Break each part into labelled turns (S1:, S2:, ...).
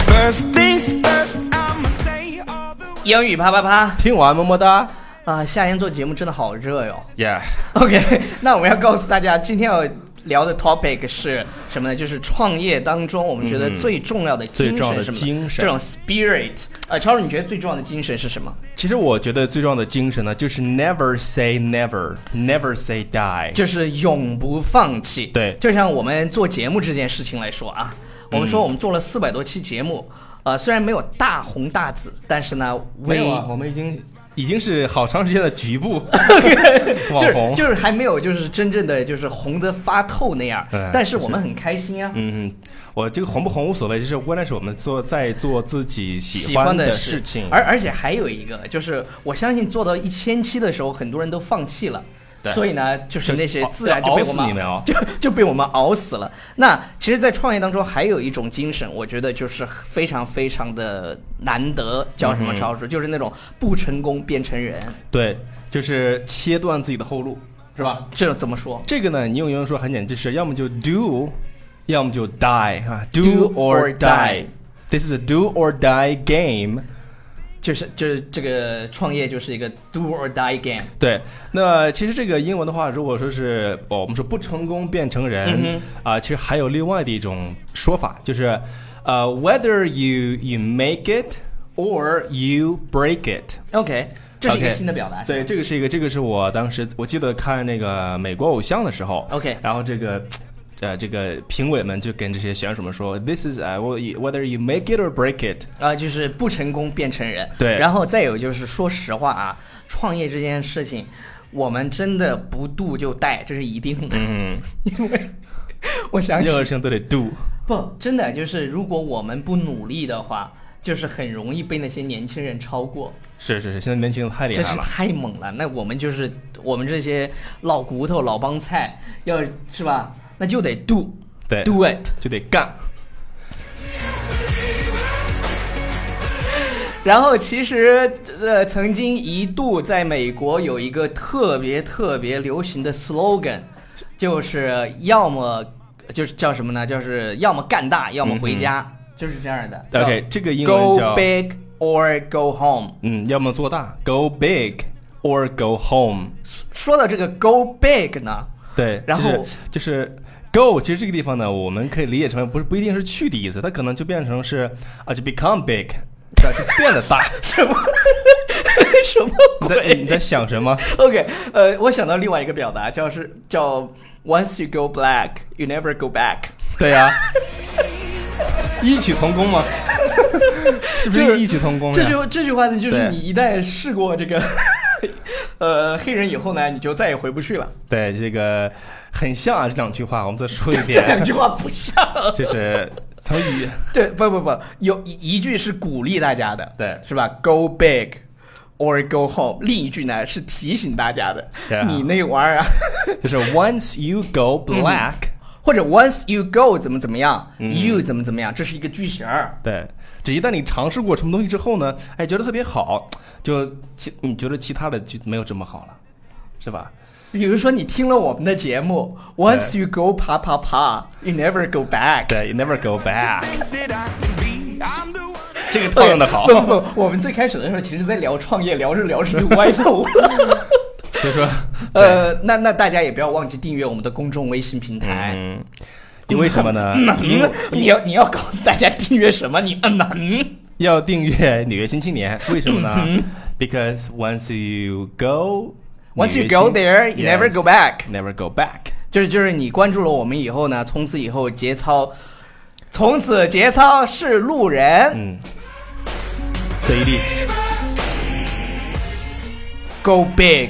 S1: First things first, I'ma say all the
S2: 英语啪啪啪
S3: 听完么么哒
S2: 啊！夏天做节目真的好热哟。
S3: ，Yeah，
S2: OK，那我们要告诉大家，今天要聊的 topic 是什么呢？就是创业当中我们觉得最重要的
S3: 嗯最
S2: 精
S3: 重要
S2: 神
S3: 的
S2: 是什么？
S3: 精神
S2: 这种 spirit。呃，超人，你觉得最重要的精神是什么？
S3: 其实我觉得最重要的精神呢，就是 Never say never，Never say die。
S2: 就是永不放弃。
S3: 对嗯
S2: 就像我们做节目这件事情来说啊，我们说我们做了四百多期节目，呃，虽然没有大红大紫，但是呢，
S3: 没有啊，
S2: 微
S3: 我们已经已经是好长时间的局 部
S2: 就
S3: 网
S2: 是
S3: 红。
S2: 就是还没有就是真正的就是红的发透那样
S3: 对，
S2: 但是我们很开心啊。
S3: 嗯，我这个红不红无所谓，就是关键是我们做在做自己喜
S2: 喜
S3: 欢
S2: 欢的
S3: 事情。
S2: 而而且还有一个，就是我相信做到一千期的时候，很多人都放弃了
S3: 对。
S2: 所以呢，就是那些
S3: 就
S2: 自然就被我
S3: 熬死你们哦
S2: 们 就就被我们熬死了。那其实，在创业当中还有一种精神，我觉得就是非常非常的难得，叫什
S3: 嗯
S2: 么超叔，就是那种不成功便成仁，
S3: 对，就是切断自己的后路，是吧？
S2: 这种怎么说
S3: 这个呢，你用英文说很简单，就是要么就 do，要么就 die 啊
S2: Do or
S3: or
S2: die
S3: This is a do or die game。
S2: 就是就是这个创业就是一个 do or die game。
S3: 对，那其实这个英文的话，如果说是、哦我们说不成功变成人啊、其实还有另外的一种说法，就是呃、w h e t h e r you you make it or you break it。
S2: OK，这是一个
S3: OK
S2: 新的表达。
S3: 对，这个是一个，这个是我当时我记得看那个美国偶像的时候
S2: OK
S3: 然后这个。呃，这个评委们就跟这些选手们说：“This is uh, whether you make it or break it。
S2: 啊、就是不成功便成仁。
S3: 对
S2: 然后再有就是，说实话啊，创业这件事情，我们真的不渡就带，这是一定的。嗯， 因为我想起
S3: 任何事情都得 do。
S2: 不，真的就是，如果我们不努力的话，就是很容易被那些年轻人超过，
S3: 是是是，现在年轻人太厉
S2: 真
S3: 害
S2: 是
S3: 了。
S2: 太猛了。那我们就是我们这些老骨头、老帮菜，要是吧，那就得 do
S3: 对
S2: do it。
S3: 就得干。
S2: 然后其实呃，曾经一度在美国有一个特别特别流行的 slogan，就是要么就是叫什么呢？就是要么干大，要么回家，就是这样的。
S3: 嗯 OK，
S2: 叫
S3: 这个英文叫
S2: Go big or go home。
S3: 嗯，要么做大，Go big or go home。
S2: 说到这个 go big 呢，
S3: 对，
S2: 然后
S3: 就是、就是 go，其实这个地方呢，我们可以理解成为不是不一定是去的意思，它可能就变成是啊，就 become big，对就变得 大。
S2: 什么 什么
S3: 你
S2: 鬼？
S3: 在你在想什么？
S2: OK，呃，我想到另外一个表达，叫是叫 once you go black, you never go back。
S3: 对呀、异曲同工吗？ 是不
S2: 这
S3: 是异曲同工呀？
S2: 这句这句话呢，就是
S3: 对
S2: 你一旦试过这个 呃黑人以后呢，你就再也回不去了。
S3: 对这个很像啊，这两句话，我们再说一
S2: 这两
S3: 遍，
S2: 句话不像。
S3: 就是从语
S2: 对，不不不，有一一句是鼓励大家的，
S3: 对
S2: 是吧？Go big or go home。另一句呢是提醒大家的，
S3: 对啊
S2: 你那玩意儿啊，
S3: 就是 once you go black、
S2: 或者 once you go 怎么怎么样、y
S3: 嗯
S2: o u 怎么怎么样，这是一个句型儿。
S3: 对，只一旦你尝试过什么东西之后呢，哎，觉得特别好，就其你觉得其他的就没有这么好了，是吧？
S2: 比如说，你听了我们的节目，Once you go 啪啪啪，you never go back。
S3: 对，you never go back，
S1: things that I can be. I'm the one.
S3: 这个套用的 好
S2: 不，不不，我们最开始的时候，其实在聊创业，聊着聊着就歪楼了。
S3: 所以说，
S2: 呃，那那大家也不要忘记订阅我们的公众微信平台。
S3: 嗯，因为什么呢？
S2: 嗯
S3: 因为
S2: 你要你要告诉大家订阅什么？你嗯呐嗯，
S3: 要订阅《纽约新青年》，为什么呢？Because once you go。
S2: Once you go there, you never go back.
S3: Never go back.
S2: 就是就是你关注了我们以后呢，从此以后节操，从此节操是路人。
S3: 随地
S2: Go big，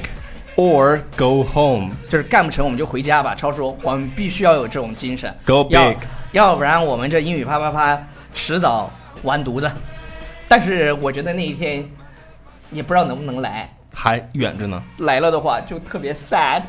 S3: or go home.
S2: 就是干不成我们就回家吧。超叔，我们必须要有这种精神。
S3: Go
S2: 要
S3: big
S2: 要不然我们这英语啪啪啪迟早完犊子。但是我觉得那一天也不知道能不能来。
S3: 还远着呢。
S2: 来了的话就特别 sad。